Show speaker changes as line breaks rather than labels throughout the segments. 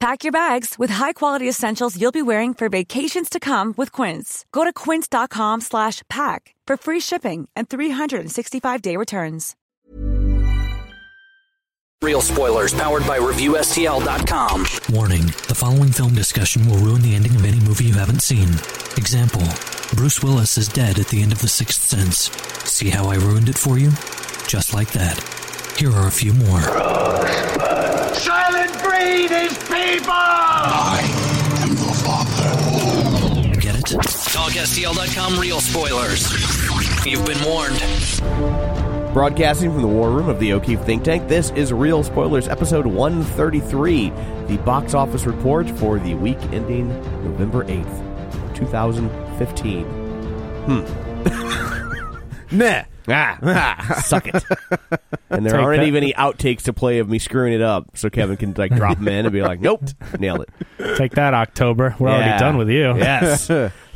Pack your bags with high-quality essentials you'll be wearing for vacations to come with Quince. Go to quince.com slash pack for free shipping and 365-day returns.
Real spoilers powered by ReviewSTL.com.
Warning the following film discussion will ruin the ending of any movie you haven't seen. Example Bruce Willis is dead at the end of The Sixth Sense. See how I ruined it for you? Just like that. Here are a few more.
Silent breed is people!
Get it?
TalkSTL.com real spoilers. You've been warned.
Broadcasting from the war room of the O'Keefe Think Tank, this is Real Spoilers, episode 133, the box office report for the week ending November 8th, 2015. Hmm. nah. Ah, suck it. and there aren't even any outtakes to play of me screwing it up, so Kevin can like drop them in and be like, "Nope, nailed it."
Take that, October. We're
Yeah.
already done with you.
Yes.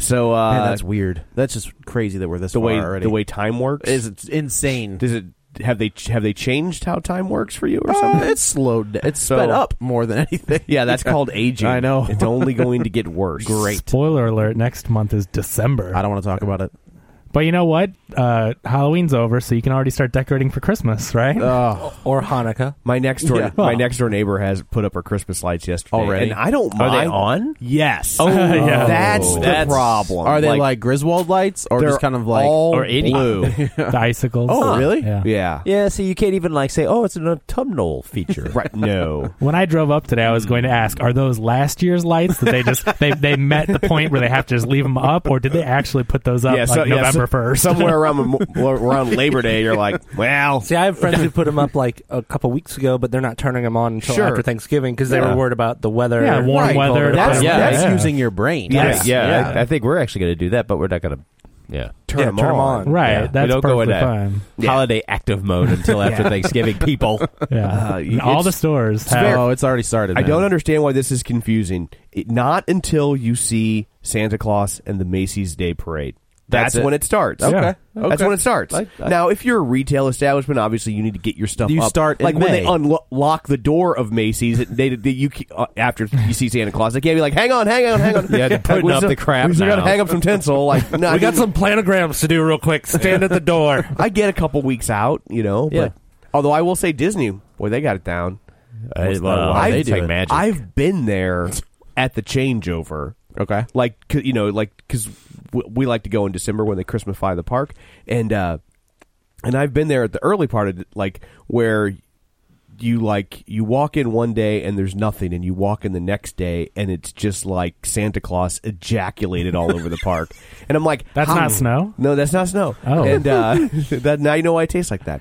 So uh,
Man, that's weird. That's just crazy that we're this
the
far
way
already.
the way time works.
is it's insane.
Does it have they have they changed how time works for you or
Uh,
something?
it's slowed. down. It's
So-
sped up more than anything.
Yeah, that's called aging.
I know.
It's only going to get worse.
Spoiler alert, next month is December.
I don't want to talk about it.
But you know what? Uh, Halloween's over, so you can already start decorating for Christmas, right?
Uh,
Oh. Or Hanukkah.
My next door,
Yeah.
my next door neighbor has put up her Christmas lights yesterday,
Already?
and I don't
Are
mind.
they on? Yes.
Oh,
Yeah.
that's the
That's-
problem.
Are they like, Griswold lights or
they're
just kind of like
all
Or any-
blue?
the icicles.
Oh, really?
Yeah.
yeah,
Yeah, so you can't even like say, "Oh, it's an autumnal feature."
right. No,
When I drove up today, I was going to ask, are those last year's lights that they just they, they met the point where they have to just leave them up, or did they actually put those up
yeah,
like
so- yeah, so-
November first?
somewhere around Memo- around Labor Day, you're like, well,
See, I have friends who put them up like a couple weeks ago, but they're not turning them on until
Sure.
after Thanksgiving because they
Yeah.
were worried about the weather.
Yeah, warm
Right.
weather.
That's,
Yeah,
that's
yeah.
using your brain.
yeah,
That's-
yeah,
yeah.
I, I think we're actually going to do that, but we're not going to, yeah,
Turn 'em on.
right.
Yeah. We
That's
don't go
perfectly
into
fine.
holiday active mode until after Thanksgiving. People,
Yeah.
Uh,
And all
it's-
the stores have
Oh, it's already started.
I
man.
don't understand why this is confusing. It, not until you see Santa Claus and the Macy's Day Parade. That's,
That's it.
when it starts.
Okay. Yeah.
That's
Okay.
when it starts.
I- I-
now, if you're a retail establishment, obviously you need to get your stuff.
You
up.
start in
like when
May.
they unlock the door of Macy's. it- They, they you ke- uh, after you see Santa Claus, they can't be like, "Hang on, hang on, hang on."
Yeah,
Like,
putting
we
up
still-
the crap
We still gotta
now.
hang up some tinsel. Like, no, I
We got
mean,
some planograms to do real quick. Stand at the door.
I get a couple weeks out, you know.
Yeah.
But although I will say Disney, boy, they got it down.
Well, why
I've-
they do it.
I've been there at the changeover.
Okay.
like 'cause, you know like because we like to go in december when they christmasify the park and uh and i've been there at the early part of it, like where you like you walk in one day and there's nothing and you walk in the next day and it's just like santa claus ejaculated all over the park and i'm like
That's
how-
not snow?
no that's not snow
Oh.
and uh that now you know why it tastes like that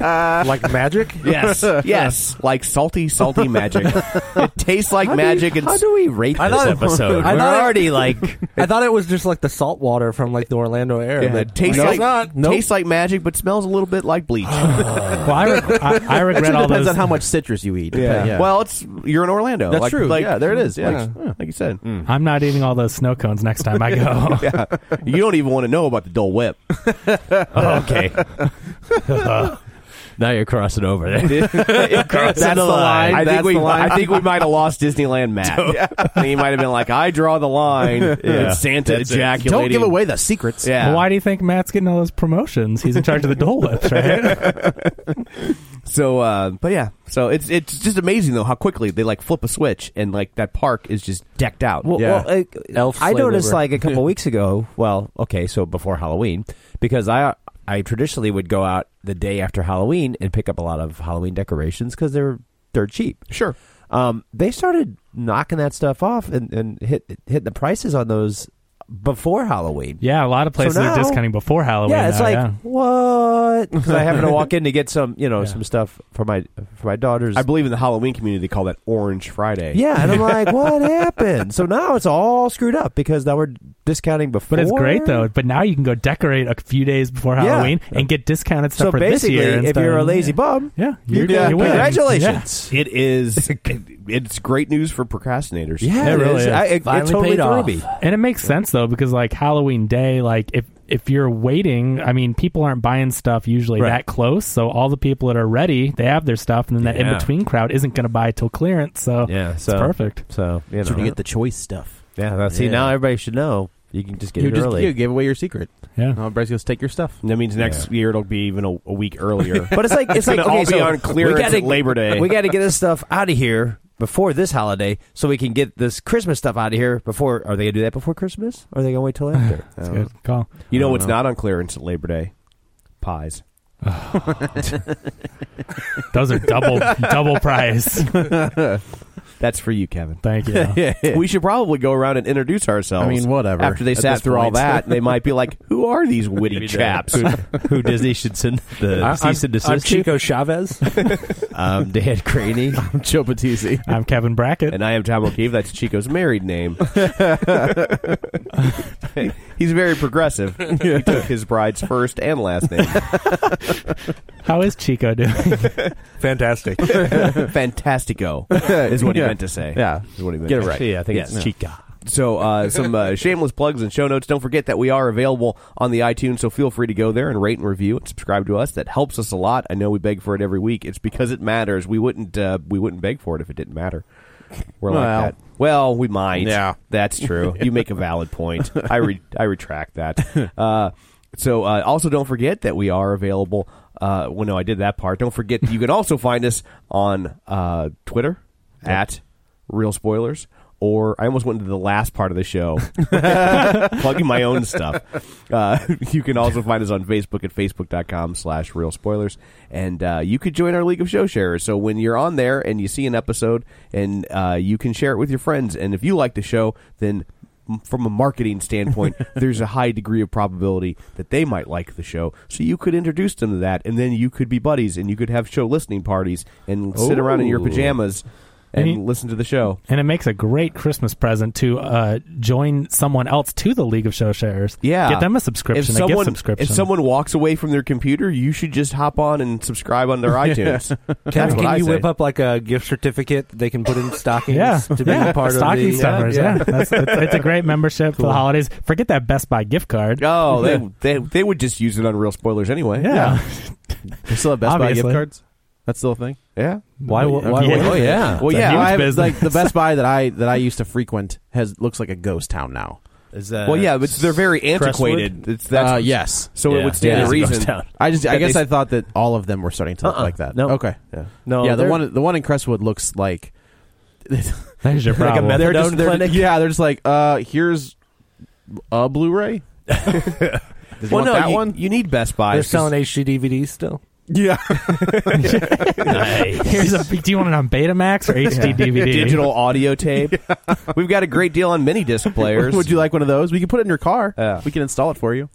Uh,
like magic?
yes yes like salty salty magic it tastes like magic and
How do we rate
I
this
thought-
episode?
I
We're
thought-
already like
I thought it was just like the salt water from like the Orlando air.
Yeah,
but
it tastes
no,
like
it's not. Nope.
tastes like magic, but smells a little bit like bleach.
well, I, reg- I, I regret
Actually,
all
depends
those.
on how much citrus you eat.
Yeah.
But, yeah.
Well, it's you're in Orlando.
That's
Like-
true.
Like,
Yeah, there it is.
Like,
Yeah. Mm.
like you said,
I'm not eating all those snow cones next time I go.
you don't even want to know about the Dole Whip.
Oh,
okay. now you're crossing over there.
That's
the line.
I
That's
think we,
the line.
I think we might have lost Disneyland, Matt. And he might have been like, "I draw the line." It's Santa ejaculating.
Don't give away the secrets.
Yeah.
Well, why do you think Matt's getting all those promotions? He's in charge of the Dole Whips, right?
So, uh, but yeah, so it's it's just amazing though how quickly they like flip a switch and like that park is just decked out.
Well,
yeah.
well, uh, I noticed like a couple weeks ago. Well, okay, so before Halloween, because I I traditionally would go out the day after Halloween and pick up a lot of Halloween decorations because they're they're cheap.
Sure.
Um, they started knocking that stuff off and, and hit hitting the prices on those before Halloween.
Yeah, a lot of places
So now-
are discounting before Halloween.
Yeah, it's
now,
like
yeah.
what? 'Cause I happen to walk in to get some, you know, some stuff for my for my daughters.
I believe in the Halloween community they call that Orange Friday.
Yeah, and I'm like, what happened? So now it's all screwed up because now we're discounting before.
But it's great though. But now you can go decorate a few days before
Yeah.
Halloween and get discounted stuff
So
for this
basically,
year. and
if
stuff.
you're a lazy bum,
yeah,
you
you're,
can-
you win.
Congratulations.
It is. It's great news for procrastinators.
Yeah, it really is.
I, it, it totally threw me.
And it makes sense though because like Halloween day, like if if you're waiting, I mean, people aren't buying stuff usually
Right.
that close. So all the people that are ready, they have their stuff, and then that
Yeah.
in between crowd isn't going to buy till clearance. So
Yeah,
it's
so-
perfect.
So you know,
So you get
the choice stuff.
Yeah, that's, see
Yeah.
now everybody should know. You can just get
you
it
just
early.
you gave away your secret.
Yeah,
now everybody's gonna take your stuff.
That means next year it'll be even a, a week earlier.
But it's like it's, like
gonna
okay,
all be
so
on clearance
we gotta,
at Labor Day.
We got to get this stuff out of here before this holiday, so we can get this Christmas stuff out of here before. Are they gonna do that before Christmas? Or are they gonna wait till after?
That's
I don't
good call.
I
You know
don't
what's
know.
not on clearance at Labor Day? Pies.
Those are double double price.
That's for you, Kevin.
Thank you.
we should probably go around and introduce ourselves.
I mean, whatever.
After they
At
sat
this
through all
point.
that, they might be like, "Who are these witty
Maybe they-
chaps?"
Who-
who Disney should send the
I- I'm-
cease and desist
I'm Chico
Chavez. I'm Dan Craney.
I'm Joe Patisi.
I'm Kevin Brackett,
and I am Tom O'Keefe. That's Chico's married name. He's very progressive. He took his bride's first and last name.
How is Chico doing?
Fantastic.
Fantastico is what he
Yeah.
meant to say.
Yeah.
is what he meant.
Get it
to
right.
say.
Yeah, I think it's Chica.
So uh, some uh, shameless plugs and show notes. Don't forget that we are available on the iTunes, so feel free to go there and rate and review and subscribe to us. That helps us a lot. I know we beg for it every week. It's because it matters. We wouldn't uh, we wouldn't beg for it if it didn't matter. We're
Well.
like that. Well, we might.
Yeah.
that's true. You make a valid point. I re- I retract that. Uh, so uh, also don't forget that we are available. Uh, well, no, I did that part. Don't forget that you can also find us on uh, Twitter at Real Spoilers. Or I almost went into the last part of the show, plugging my own stuff. Uh, you can also find us on Facebook at facebook.com slash real spoilers. And uh, you could join our League of Show Sharers. So when you're on there and you see an episode and uh, you can share it with your friends. And if you like the show, then m- from a marketing standpoint, there's a high degree of probability that they might like the show. So you could introduce them to that, and then you could be buddies, and you could have show listening parties and sit around in your
Ooh.
pajamas and
And you-
listen to the show.
and it makes a great Christmas present to uh, join someone else to the League of Show Sharers.
Yeah,
get them a subscription.
If
a
someone
gift subscription.
if someone walks away from their computer, you should just hop on and subscribe on their iTunes.
Can,
That's what
can
I
you
say.
whip up like a gift certificate that they can put in stockings
yeah,
to be
yeah.
part
stocking
of the
stuffers. Yeah, That's, it's, it's a great membership for the
Cool.
holidays. Forget that Best Buy gift card.
Oh, they, they they would just use it on real spoilers anyway.
yeah.
We still have Best Buy
Obviously.
gift cards. That's still a thing.
yeah.
Why? why- why
Yeah.
wouldn't
Oh
they?
yeah.
Well, yeah,
I
huge
have-
business.
like the Best Buy that I that I used to frequent has looks like a ghost town now.
Is that
Well, yeah, but they're very antiquated. It's that's
Uh, yes.
So it
Yeah.
would stand
Yeah.
to reason.
I just I
That
guess
they-
I thought that all of them were starting to look
Uh-uh.
like that.
No.
Okay.
Yeah.
No,
yeah, the
they're-
one the one in Crestwood looks like
There's your problem.
method-
they're
Methadone
just they're-
clinic?
Yeah, they're just like uh here's a Blu-ray. Did you
Well,
want
no,
that
you,
one?
you need Best Buy.
They're selling HD DVDs still.
Yeah.
Here's a. Do you want it on Betamax or HD DVD?
digital audio tape. We've got a great deal on mini disc players.
Would you like one of those? We can put it in your car.
Yeah.
We can install it for you.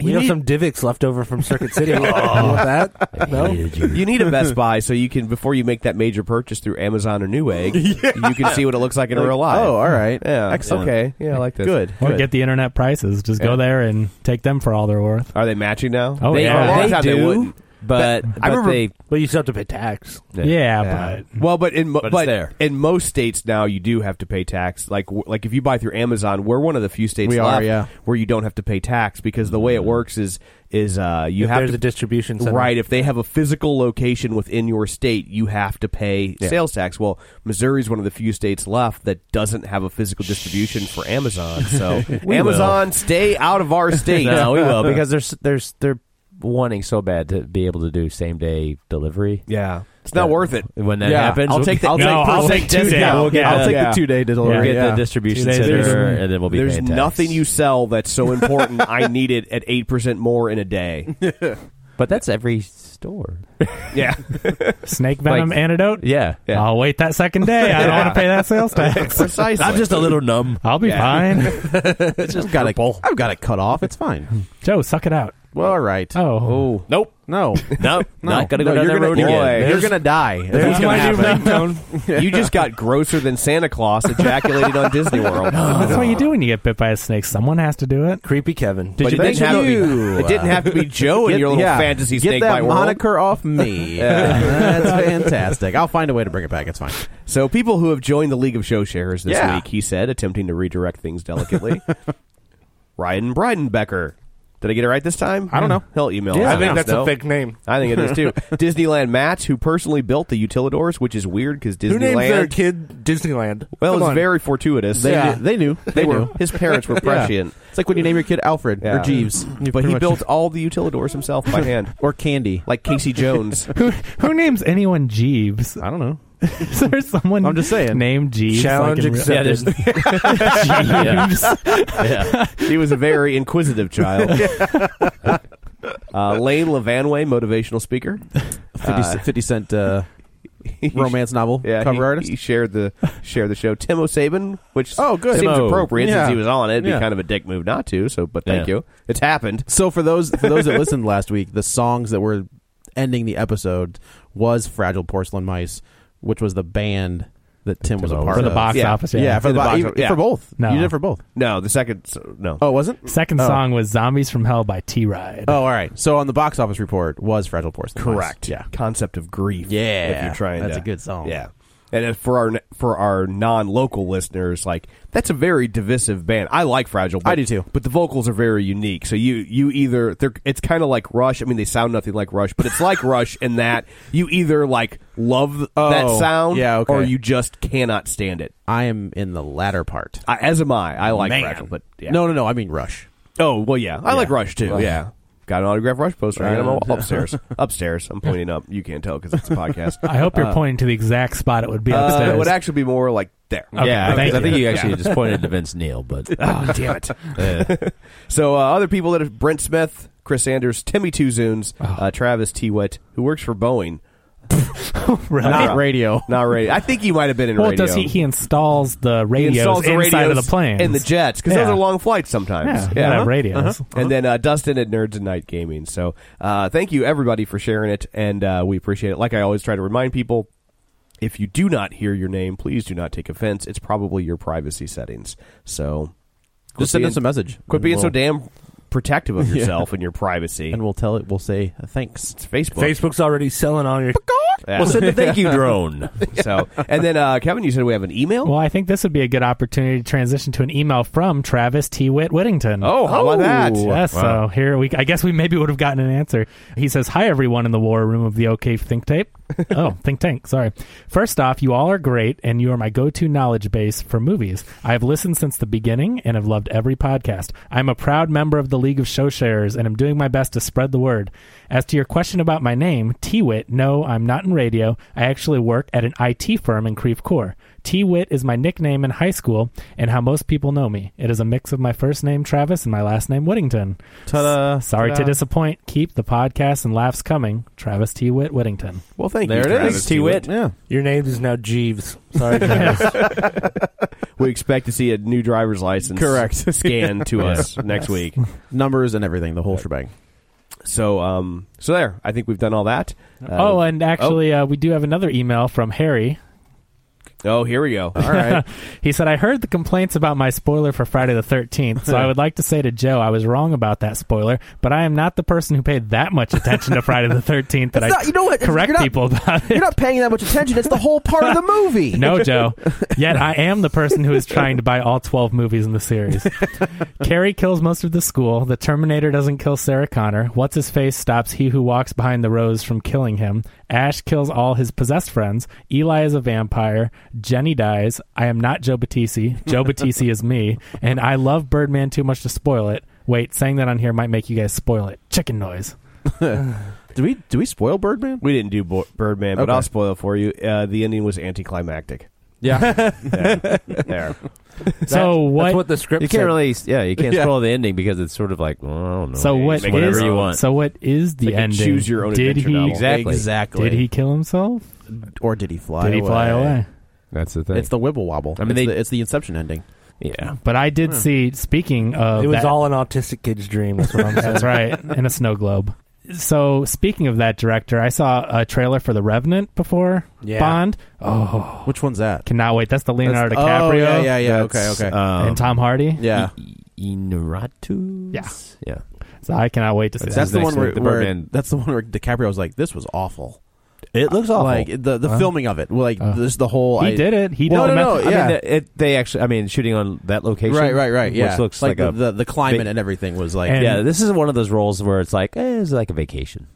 We have some Divx left over from Circuit City. You want that? No.
you need a Best Buy so you can before you make that major purchase through Amazon or Newegg, you can see what it looks like in real life.
Oh, all right.
yeah,
Excellent.
Okay, yeah, I like this.
Good.
Or
good.
get the internet prices. Just go
Yeah.
there and take them for all they're worth.
Are they matching now?
Oh,
they,
yeah.
for a long
They
time they
do,
wouldn't.
but,
I
but
remember-
they
Well, you still have to pay tax.
Yeah, but
well, but in mo- but,
it's there.
in most states now you do have to pay tax. Like w- like if you buy through Amazon, we're one of the few states
We are,
left
yeah.
where you don't have to pay tax because the way
Mm.
it works is is uh, you
If
have
there's
to
a distribution center.
Right. If they have a physical location within your state, you have to pay sales tax. Well, Missouri's one of the few states left that doesn't have a physical distribution for Amazon. So Amazon, stay out of our state.
no, we will because there's there's they're wanting so bad to be able to do same day delivery.
Yeah. It's not worth it.
When that
Yeah.
happens,
I'll
we'll
take
be-
the- I'll No, take- I'll we'll take take two two-day. day. We'll get
I'll
the-
take
yeah.
the two day delivery.
Yeah.
We'll get
Yeah.
the distribution
Two days.
center,
There's-
and then we'll be
There's
paying tax.
nothing you sell that's so important. I need it at eight percent more in a day.
But that's every store.
Yeah.
Snake venom
Like-
antidote?
Yeah. Yeah.
I'll wait that second day. I don't want to pay that sales tax.
Precisely.
I'm just a little numb.
I'll be fine.
it's just got a, I've got it cut off. It's fine.
Joe, suck it out.
Well, all right.
Oh.
Oh,
Nope. No.
Nope.
No.
Not gonna go
No,
down
you're
that
gonna-
road again.
boy, You're
There's-
gonna die.
There's
That's what's
my
gonna happen.
you just got grosser than Santa Claus ejaculated on Disney World.
That's what you do when you get bit by a snake. Someone has to do it.
Creepy Kevin.
But
you
it didn't
think
have to
you-
be. It didn't have to be Joe in
Get-
your little
yeah.
fantasy
Get
snake
that
bite world.
moniker off me. Yeah, that's fantastic. I'll find a way to bring it back. It's fine.
So people who have joined the League of Show Sharers this
Yeah.
week, he said, attempting to redirect things delicately. Ryan Breidenbecker. Did I get it right this time? I don't know. He'll email. us.
I think
Let us
that's a
know.
fake name.
I think it is too. Disneyland Matt, who personally built the Utilidors, which is weird because Disneyland.
Who names their kid Disneyland?
Well,
Come
it's
on.
very fortuitous.
They
Yeah.
knew. They knew.
They were. His parents were prescient.
It's like when you name your kid Alfred
Yeah.
or Jeeves,
But
pretty
he
much-
built all the Utilidors himself by hand,
or Candy.
like Casey Jones.
Who, who names anyone Jeeves?
I don't know.
Is there someone
I'm just saying.
named Jeeves?
Challenge
like in real-
accepted.
Jeeves.
he was a very inquisitive child. uh, Lane Levanway, motivational speaker.
50, cent- 50 cent uh, romance novel
Yeah,
cover
he,
artist.
he shared the shared the show. Tim O'Sabin, which
Oh, good.
seems
Timo.
appropriate
Yeah.
since he was on it. It'd
Yeah.
be kind of a dick move not to. So, but thank
Yeah.
you. It's happened.
so for those for those that listened last week, the songs that were ending the episode was "Fragile Porcelain Mice," which was the band that Tim was a part
For
of
the box
Yeah.
office.
Yeah,
Yeah.
for the,
box
box,
office, yeah.
for both.
No.
You did it for both.
No, the second so, no.
Oh, was it?
Second song was Zombies from Hell by T Ride.
Oh, all right. So on the box office report was "Fragile Porcelain." Mice.
correct.
Yeah.
concept of grief.
Yeah.
if you're trying.
That's
to-
a good song.
Yeah. And if- for our for our non local listeners, like that's a very divisive band. I like Fragile. But,
I do too.
But the vocals are very unique. So you you either they're it's kind of like Rush. I mean, they sound nothing like Rush, but it's like Rush in that you either like love that
Oh,
sound,
yeah, okay.
or you just cannot stand it.
I am in the latter part.
I, as am I. I like
Man.
Fragile, but yeah.
No, no, no. I mean Rush.
Oh well, yeah. I like Rush too.
Rush.
Yeah. Got an autograph Rush poster hanging on my wall
Uh,
upstairs. upstairs. I'm pointing up. You can't tell because it's a podcast.
I hope you're
Uh,
pointing to the exact spot it would be
Uh,
upstairs.
it would actually be more like there.
Okay,
yeah,
thank
'cause I
you.
think you actually just pointed to Vince Neil, but
Oh, damn it. so, uh, other people that have Brent Smith, Chris Sanders, Timmy Two Zunes,
Oh.
uh, Travis T. Wet, who works for Boeing. Uh,
Really?
Not radio.
Not radio. I think he might have been in
well,
radio.
does he, he installs the
He
radios
installs the
inside
radios
of the plane
and the jets because those
Yeah.
are long flights sometimes.
Yeah, yeah, radios. Uh-huh.
And then uh, Dustin at Nerds and Night Gaming. So uh, thank you everybody for sharing it, and uh, we appreciate it. Like I always try to remind people, if you do not hear your name, please do not take offense. It's probably your privacy settings. So quit
Just send
being-
us a message.
Quit
And
being so
we'll-
damn protective of yourself and your privacy.
And we'll tell it. We'll say uh, thanks.
it's Facebook.
Facebook's already selling all your.
Yeah.
we'll send a thank you drone.
so and then uh, Kevin, you said we have an email.
Well, I think this would be a good opportunity to transition to an email from Travis T. Witt Whittington.
Oh, how about that?
Yeah, so here we I guess we maybe would have gotten an answer. He says, Hi everyone in the war room of the OK Think Tape. oh, think tank, sorry. First off, you all are great and you are my go to knowledge base for movies. I have listened since the beginning and have loved every podcast. I'm a proud member of the League of Show Sharers and am doing my best to spread the word. As to your question about my name, T Wit, no, I'm not in radio. I actually work at an IT firm in Creve Coeur. T Wit is my nickname in high school and how most people know me. It is a mix of my first name, Travis, and my last name, Whittington.
Ta-da.
Sorry to
Ta-da.
disappoint. Keep the podcast and laughs coming. Travis T. Witt Whittington.
Well, thank
There it
you.
is.
Travis
T-Wit. Yeah.
Your name is now Jeeves. Sorry, Travis.
We expect to see a new driver's license
Correct.
scan to us next week.
Numbers and everything. The whole shebang.
So um so there. I think we've done all that. Uh,
oh, and actually, uh, we do have another email from Harry.
oh here we go. All right.
He said, I heard the complaints about my spoiler for Friday the 13th, so I would like to say to Joe I was wrong about that spoiler, but I am not the person who paid that much attention to Friday the 13th that
It's not-
I
you know what?
correct
You're not-
people about
You're
it.
not paying that much attention. It's the whole part of the movie.
No, Joe. Yet I am the person who is trying to buy all 12 movies in the series. Carrie kills most of the school. The Terminator doesn't kill Sarah Connor. What's his face stops he who walks behind the rose from killing him. Ash kills all his possessed friends. Eli is a vampire. Jenny dies. I am not Joe Battisi. Joe Battisi is me. And I love Birdman too much to spoil it. Wait, saying that on here might make you guys spoil it. Chicken noise.
did we do we spoil Birdman?
We didn't do Bo- Birdman, but
Okay.
I'll spoil it for you. Uh, the ending was anticlimactic.
Yeah.
there. there.
So what?
You can't really, yeah, you can't spoil the ending because it's sort of like, well, I don't know.
So what
Make whatever
is-
you want.
So what is the
Like a
ending?
choose your own
did
adventure
he
novel. Exactly. Exactly.
Did he kill himself?
or did he fly?
Did he fly away?
That's the thing.
It's the wibble wobble.
I mean,
it's,
they-
the, it's the Inception ending.
Yeah,
But I did see. Speaking of,
it was
that-
all an autistic kid's dream. That's what I'm saying.
That's right, in a snow globe. So speaking of that director, I saw a trailer for The Revenant before
Yeah.
Bond. Oh,
which one's that?
cannot wait. That's the Leonardo
That's- oh,
DiCaprio.
yeah, yeah, yeah.
That's,
Okay, okay.
um,
Oh.
and Tom Hardy.
Yeah.
E-, Inaratu.
Yeah.
Yeah.
So I cannot wait to see.
That's,
that.
the one where,
the
where
Birdman.
that's the one where DiCaprio was like, "This was awful." Uh,
It looks awful.
Like the the
Huh?
filming of it, like
Uh.
this the whole.
He
I-
did it. He
well,
did
no,
it.
no,
I
yeah,
I mean, it, they actually, I mean, shooting on that location.
Right, right, right, yeah.
Which looks
Like
like,
the-
a,
the- the climate and everything was like-
And-
yeah, this is one of those roles where it's like, eh, it's like a vacation.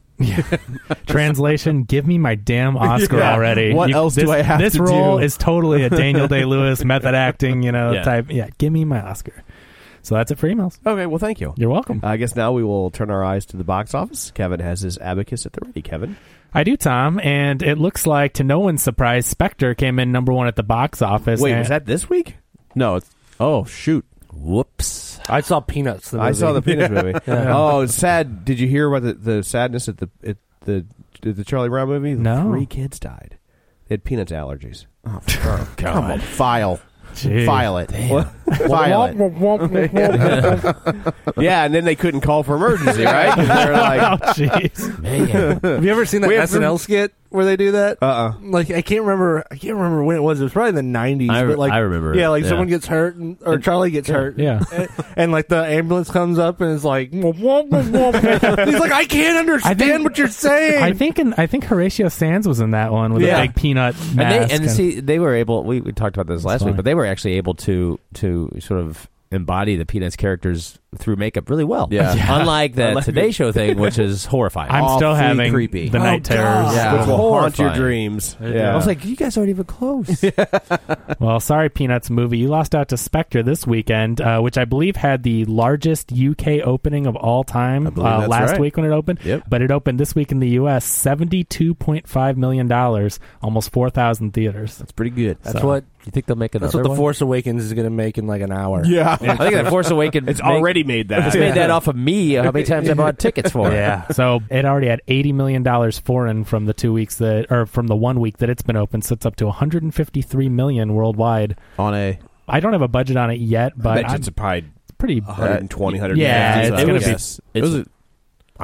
Translation: Give me my damn Oscar
Yeah.
already.
What else do
this-
I have
This
to
role
do?
is totally a Daniel Day Lewis method acting, you know,
Yeah.
type. Yeah, give me my Oscar. So that's it for emails.
Okay, well, thank you.
You're welcome.
I guess now we will turn our eyes to the box office. Kevin has his abacus at the ready. Kevin,
I do, Tom, and it looks like to no one's surprise, Spectre came in number one at the box office.
wait,
and-
was that this week?
No, it's oh shoot.
Whoops!
I saw Peanuts. The movie.
I saw the Peanuts movie.
Yeah.
Oh, sad. Did you hear about the, the sadness at the at the at the Charlie Brown movie?
No.
three kids died. They had peanuts allergies.
Oh, Come on, file,
Jeez.
file it, file it.
yeah, and then they couldn't call for emergency, right? They're like,
oh, jeez.
Have you ever seen that
We have
SNL skit where they do that?
Uh-uh.
Like I can't remember. I can't remember when it was. It was probably the nineties.
I re-
but like
I remember it,
Yeah, like
yeah.
someone gets hurt and, or Charlie gets hurt.
Yeah.
and, and, like the ambulance comes up and is like, "Womp, womp, womp, womp." he's like, I can't understand what you're saying.
I think, in, I think Horatio Sands was in that one with
Yeah.
a big peanut
and
mask.
they, and
kind of-
see, they were able. We, we talked about this last
funny.
week, but they were actually able to to sort of embody the Peanuts characters through makeup really well.
Yeah.
Unlike the Today Show thing, which is horrifying.
I'm still
Awfully
having
creepy.
Oh,
the night terrors.
Yeah.
which will haunt your
Horrifying.
dreams.
I
Yeah.
was like, you guys aren't even close.
Well, sorry, Peanuts movie. You lost out to Spectre this weekend, uh, which I believe had the largest UK opening of all time
believe
uh,
that's
last
right.
week when it opened.
Yep.
But it opened this week in the U.S. $72.5 million, almost 4,000 theaters.
It's pretty good.
that's
so-
what
you think they'll make another
that's what the
one?
Force Awakens is going to make in like an hour.
Yeah,
I think that Force Awakens.
it's already made that.
It's made that off of me. uh, How many times I bought tickets for?
Yeah. so it already had $80 million foreign from the two weeks that, or from the one week that it's been open. So it's up to $153 million worldwide.
on a
I don't have a budget on it yet,
I
but
bet you
I'm
it's probably
pretty.
120,
Yeah, it's
it
gonna
was,
be-
yes. It
It
was
was
a-
a-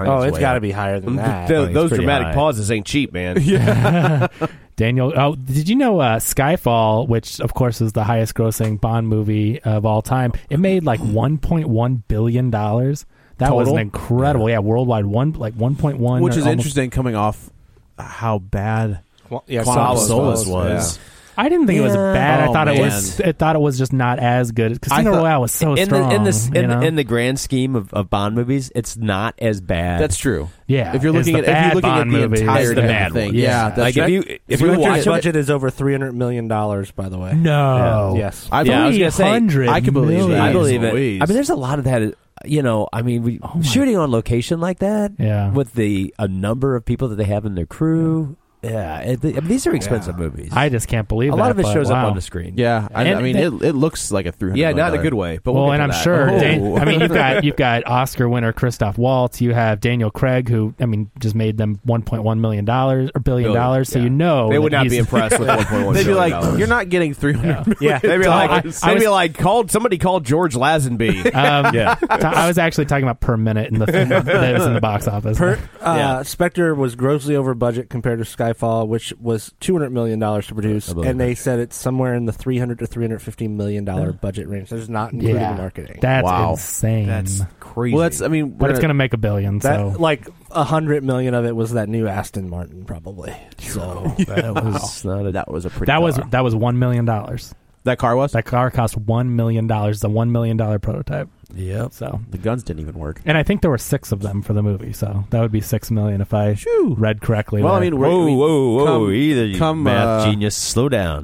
Oh, it's got to be higher than that.
Mm, Th-
it's
those
pretty
dramatic
high.
pauses ain't cheap, man. Yeah.
Daniel, oh, did you know uh, Skyfall, which of course is the highest grossing Bond movie of all time, it made like
Hmm.
1.1 billion dollars. That was
Total?
an incredible, yeah, worldwide one like 1.1,
which
or
is
almost-
interesting coming off how bad
Well, yeah,
Quantum of
Solace
Solace was.
I didn't think it was
Yeah.
bad. I
Oh,
thought it
man.
was. I thought it was just not as good. Casino
I thought-
Royale was so
in
strong.
The, in, the,
you
in,
know?
the, in the grand scheme of, of Bond movies, it's not as bad.
That's true.
yeah,
If you're
it's
looking at if
the bad
you're looking
Bond
at the
movies.
entire
the bad
thing,
one.
yeah, that's
like
right.
if you if you watch
Spectre's
it,
budget is over three hundred million dollars, by the way.
No.
Yeah. Yes.
I
Yeah, I was
believe-
gonna say,
300
I can believe
million.
that.
I believe it.
Louise.
I mean, there's a lot of that. You know, I mean, we, shooting on location like that,
Yeah.
with the a number of people that they have in their crew, yeah, it- I mean, these are expensive movies.
I just can't believe
a lot
that,
of it
but
shows up
wow.
on the screen.
yeah, I,
And
I mean,
that-
it, it looks like a three hundred.
Yeah, not in a good way. But we'll,
well,
get
and
to
I'm
that.
sure.
Oh.
Dan- I mean, you've got you've got Oscar winner Christoph Waltz. You have Daniel Craig, who I mean, just made them 1.1 million dollars or billion
Billion,
dollars. So
yeah.
you know
they
that
would not be
he's-
impressed with 1.1.
They'd be
billion
like,
dollars.
"You're not getting three
Yeah.
hundred.
Yeah,
They'd be like,
I- I
they'd
was-
be like, called somebody called George Lazenby.
Um,
Yeah.
t- I was actually talking about per minute in the thing that was in the box office.
Per, uh,
Yeah.
Spectre was grossly over budget compared to Skyfall, which was two hundred million dollars to produce,
I believe
and they said it's somewhere in the three hundred to three hundred fifty million dollar budget range. That is not including
Yeah.
marketing.
That's
Wow.
insane.
That's crazy.
Well, that's. I mean,
but it's going to make a billion.
That
so
like a hundred million of it was that new Aston Martin, probably. So
that was not a,
that was a pretty.
that was
car.
that was one million dollars.
that car was.
That car cost one million dollars. The one million dollar prototype. Yep. So
the guns didn't even work.
And I think there were six of them for the movie, so that would be six million if I read correctly.
Well, I
there.
mean, we're- Whoa, we-
whoa, whoa!
come-
either you
come,
math
uh,
genius, slow down.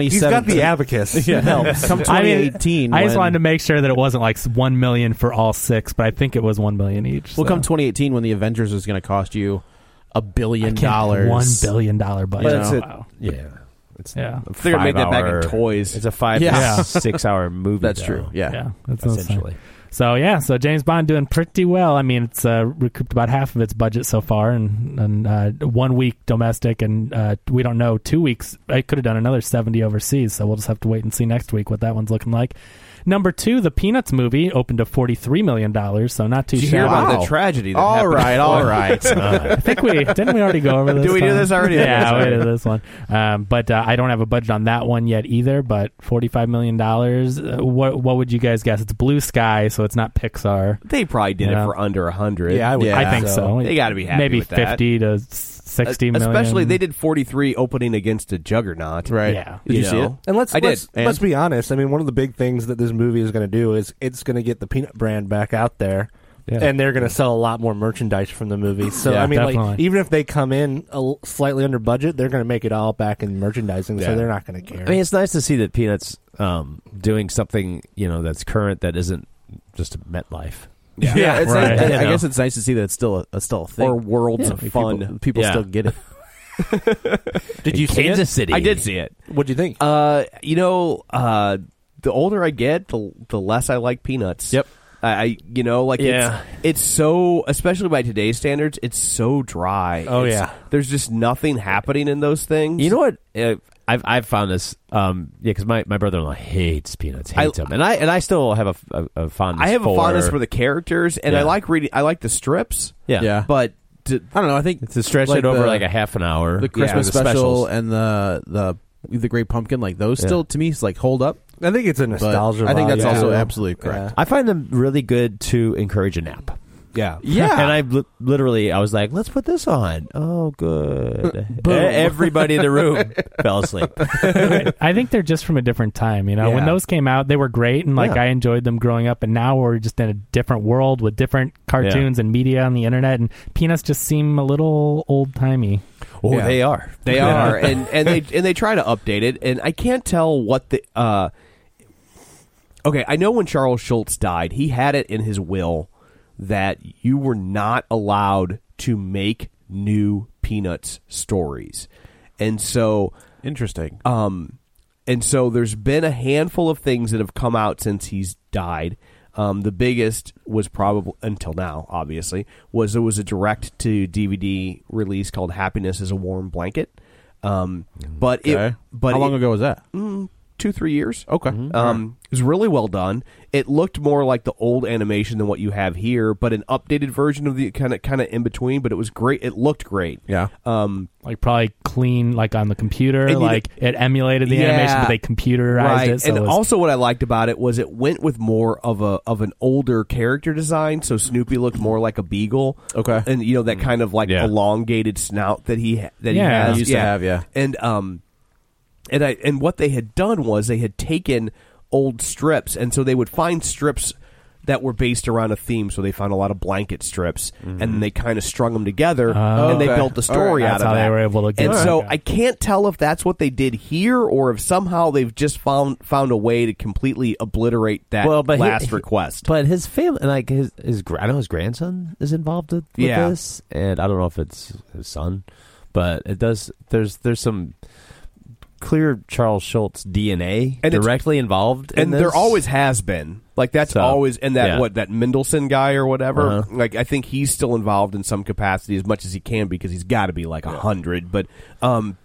He's got the
abacus. Yeah. helps. Come
I mean,
2018.
I, just
when-
wanted to make sure that it wasn't like one million for all six, but I think it was one million each.
Well,
so.
come 2018 when the Avengers is going to cost you a billion
can't-
dollars.
one billion dollar budget.
You know?
But it's a- Wow.
Yeah. It's
Yeah.
They're gonna make that back in
five-hour-
toys.
It's a five
Yeah.
to six hour movie.
That's
though.
true. Yeah.
yeah, that's
essentially.
essentially. So yeah, so James Bond doing pretty well. I mean, it's uh, recouped about half of its budget so far, and and uh, one week domestic, and uh, we don't know two weeks. I could have done another seventy overseas, so we'll just have to wait and see next week what that one's looking like. Number two, the Peanuts movie opened to forty three million dollars, so not too.
Did you hear
shabby.
about the Wow. tragedy that
All
happened
right,
before?
all right.
I think we didn't we already go over this.
Did we do
Tom?
this already?
yeah, we did this one. Um, but uh, I don't have a budget on that one yet either. But forty five million dollars. Uh, what what would you guys guess? It's Blue Sky, so it's not Pixar.
They probably did it
Yeah.
for under a hundred.
Yeah, I would think I think so. so.
They got to be happy
Maybe
with that.
50 to 60
Uh,
million.
Especially they did forty three opening against a juggernaut.
Right.
Yeah.
You, know?
And let's
I did.
let's, let's be honest. I mean, one of the big things that this movie is going to do is it's going to get the peanut brand back out there.
Yeah.
And they're going to sell a lot more merchandise from the movie. So
Yeah,
I mean, like,
definitely.
even if they come in a l- slightly under budget, they're going to make it all back in merchandising. So
Yeah.
they're not going to care.
I mean, it's nice to see that Peanuts um, doing something you know that's current that isn't just a MetLife.
Yeah, it's
Right.
nice- I, I
You know?
guess it's nice to see that it's still a, it's still a thing.
Or worlds
Yeah,
of
people-
fun.
People,
Yeah.
still get it.
Did you see
Kansas
it?
City? I did see it.
What'd you think?
Uh, you know, uh, the older I get, the the less I like peanuts. Yep. I, I you know, like
Yeah.
it's it's so especially by today's standards, it's so dry.
Oh,
It's-
yeah.
there's just nothing happening in those things. You know what? Uh, I've I've found this. Um, yeah, because my, my brother in law hates peanuts, hates them, and I and I still have a, a, a fondness.
I have a
for,
fondness for
the characters, and I like reading. I like the strips. Yeah,
Yeah.
But to,
I don't know. I think
to stretch
like
it over
the-
like a half an hour,
The
Yeah,
Christmas
the
special
specials.
and the the the Great Pumpkin, like those,
Yeah.
still to me, is like hold up.
I think it's a
But
nostalgia.
I think that's
vibe,
also
yeah.
absolutely correct.
I find them really good to encourage a nap.
Yeah,
Yeah, and I li- literally I was like, "Let's put this on." Oh, good. E- Everybody in the room fell asleep.
I think they're just from a different time. You know,
Yeah.
when those came out, they were great, and like
Yeah.
I enjoyed them growing up. And now we're just in a different world with different cartoons and media on the internet, and peanuts just seem a little old timey.
Oh, they are. They
Yeah.
are, and and they and they try to update it, and I can't tell what the. Uh, okay, I know when Charles Schultz died, he had it in his will that you were not allowed to make new Peanuts stories, and so
Interesting.
um, and so there's been a handful of things that have come out since he's died. Um, the biggest was probably until now, obviously, was there was a direct to DVD release called "Happiness Is a Warm Blanket," um, but it,
Okay.
but
How long
it-
ago was that?
Mm, two three years.
Okay.
Um, It was really well done. It looked more like the old animation than what you have here, but an updated version of the kind of kind of in between. But it was great. It looked great.
Yeah.
Um,
Like probably clean, like on the computer,
And you-
like it emulated the
Yeah.
animation, but they computerized
right.
it. So
and
it was-
also, what I liked about it was it went with more of a of an older character design. So Snoopy looked more like a beagle.
Okay.
and you know that kind of like
Yeah.
elongated snout that he ha- that
Yeah.
he has.
Used to have, yeah.
and um, and I and what they had done was they had taken old strips, and so they would find strips that were based around a theme. So they found a lot of blanket strips,
Mm-hmm.
and they kind of strung them together,
Oh.
and they
Okay.
built the story
Alright.
out
That's
of
how
that.
they were able to get
and
it.
so
Okay.
I can't tell if that's what they did here or if somehow they've just found found a way to completely obliterate that
Well, but he-
last
he-
request. But his family, like his his gra- I know his grandson is involved with, with
Yeah.
this, and I don't know if it's his son, but it does. There's there's some clear Charles Schultz DNA
And it's-
directly involved, in
and there
this.
always
has been. Like that's
So,
always and that
yeah.
what that Mendelsohn guy or whatever.
Uh-huh.
Like I think he's still involved in some capacity as much as he can because he's got to be like a hundred. But um,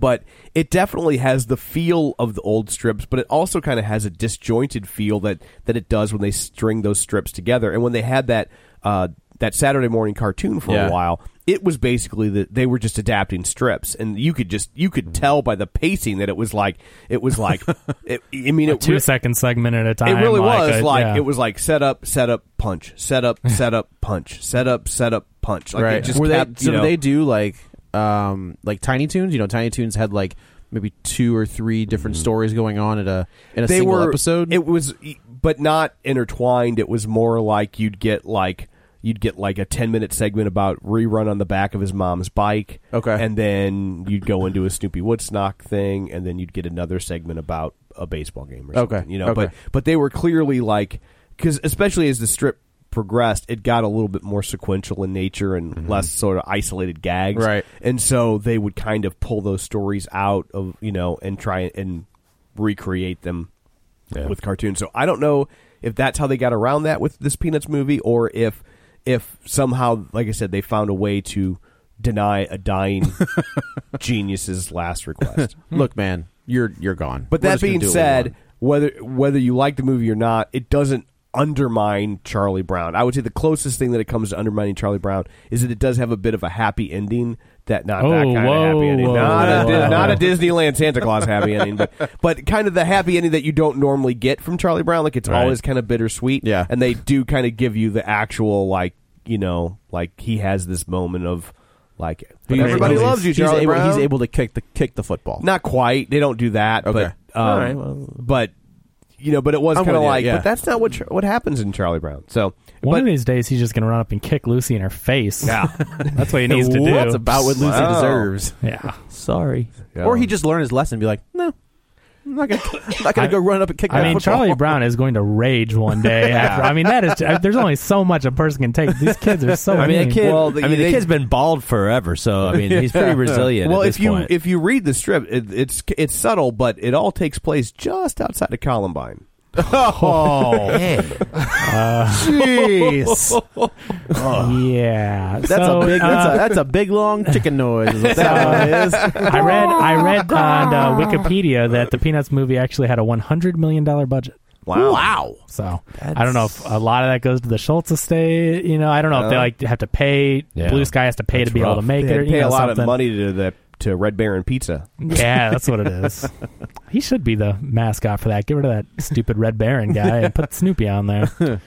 but it definitely has the feel of the old strips, but it also kind of has a disjointed feel that that it does when they string those strips together. And when they had that uh, that Saturday morning cartoon for
Yeah.
a while, it was basically that they were just adapting strips, and you could just you could tell by the pacing that it was like it was like it, I mean
a
it
two
re-
second segment at a time.
it really
like
was
a-
like
yeah.
it was like set up, set up, punch, set up, set up, punch, set up, set up, punch. Like
right.
it just
Were
kept,
they, so
you know,
they do like um like Tiny Toons. You know, Tiny Toons had like maybe two or three different stories going on at a in a single episode.
It was, but not intertwined. It was more like you'd get like you'd get like a 10 minute segment about rerun on the back of his mom's bike. Okay. And then you'd go into a Snoopy Woodstock thing and then you'd get another segment about a baseball game or
Okay.
something. You know,
Okay.
but but they were clearly like cuz especially as the strip progressed, it got a little bit more sequential in nature and less sort of isolated gags.
Right.
And so they would kind of pull those stories out of, you know, and try and recreate them with cartoons. So I don't know if that's how they got around that with this Peanuts movie, or if if somehow, like I said, they found a way to deny a dying genius's last request.
Look, man, you're you're gone.
But
We're
that
just gonna
being
do what we
said, whether whether you like the movie or not, it doesn't undermine Charlie Brown. I would say the closest thing that it comes to undermining Charlie Brown is that it does have a bit of a happy ending. That not that
Oh,
kind
whoa,
of happy ending,
whoa,
not, a,
whoa,
Di-
whoa.
not a Disneyland Santa Claus happy ending, but but kind of the happy ending that you don't normally get from Charlie Brown. Like it's
Right.
always kind of bittersweet, yeah. And they do kind of give you the actual like you know like he has this moment of like but
He's
everybody
able-
loves you,
he's
Charlie
able-
Brown.
He's able to kick the kick the football.
Not quite. They don't do that.
Okay.
But, um,
All right, well-
but you know, but it was
I'm
kind of
with you,
like,
yeah.
but that's not what Char- what happens in Charlie Brown. So
One of these days, he's just going to run up and kick Lucy in her face.
Yeah,
that's what he needs to do.
That's about what Lucy
Wow.
deserves.
Yeah.
Sorry.
Yeah.
Or he just learned his lesson and be like, no, I'm not going to go run up and kick
I
that
mean,
football.
Charlie Brown is going to rage one day.
Yeah.
After I mean, that is uh, there's only so much a person can take. These kids are so.
I mean,
mean,
the kid. I mean, the kid's been bald forever, so I mean, he's pretty resilient.
Well,
at
if
this
you
point.
if you read the strip, it, it's it's subtle, but it all takes place just outside of Columbine.
Oh.
man.
Jeez.
yeah.
That's
So,
a big. That's,
uh,
a, that's a big long chicken noise. Is what that
So, uh,
one is.
I read I read on uh, Wikipedia that the Peanuts movie actually had a 100 million dollar budget.
Wow. Wow.
So I don't know if a lot of that goes to the Schultz estate. You know, I don't know if they
Yeah.
like have to pay.
Yeah.
Blue Sky has to pay to be able to make
Uh-huh. They
it.
had
or,
to
you
pay
know,
a lot
something.
of money to the to Red Baron Pizza.
Yeah, that's what it is. he should be the mascot for that. Get rid of that stupid Red Baron guy and put Snoopy on there.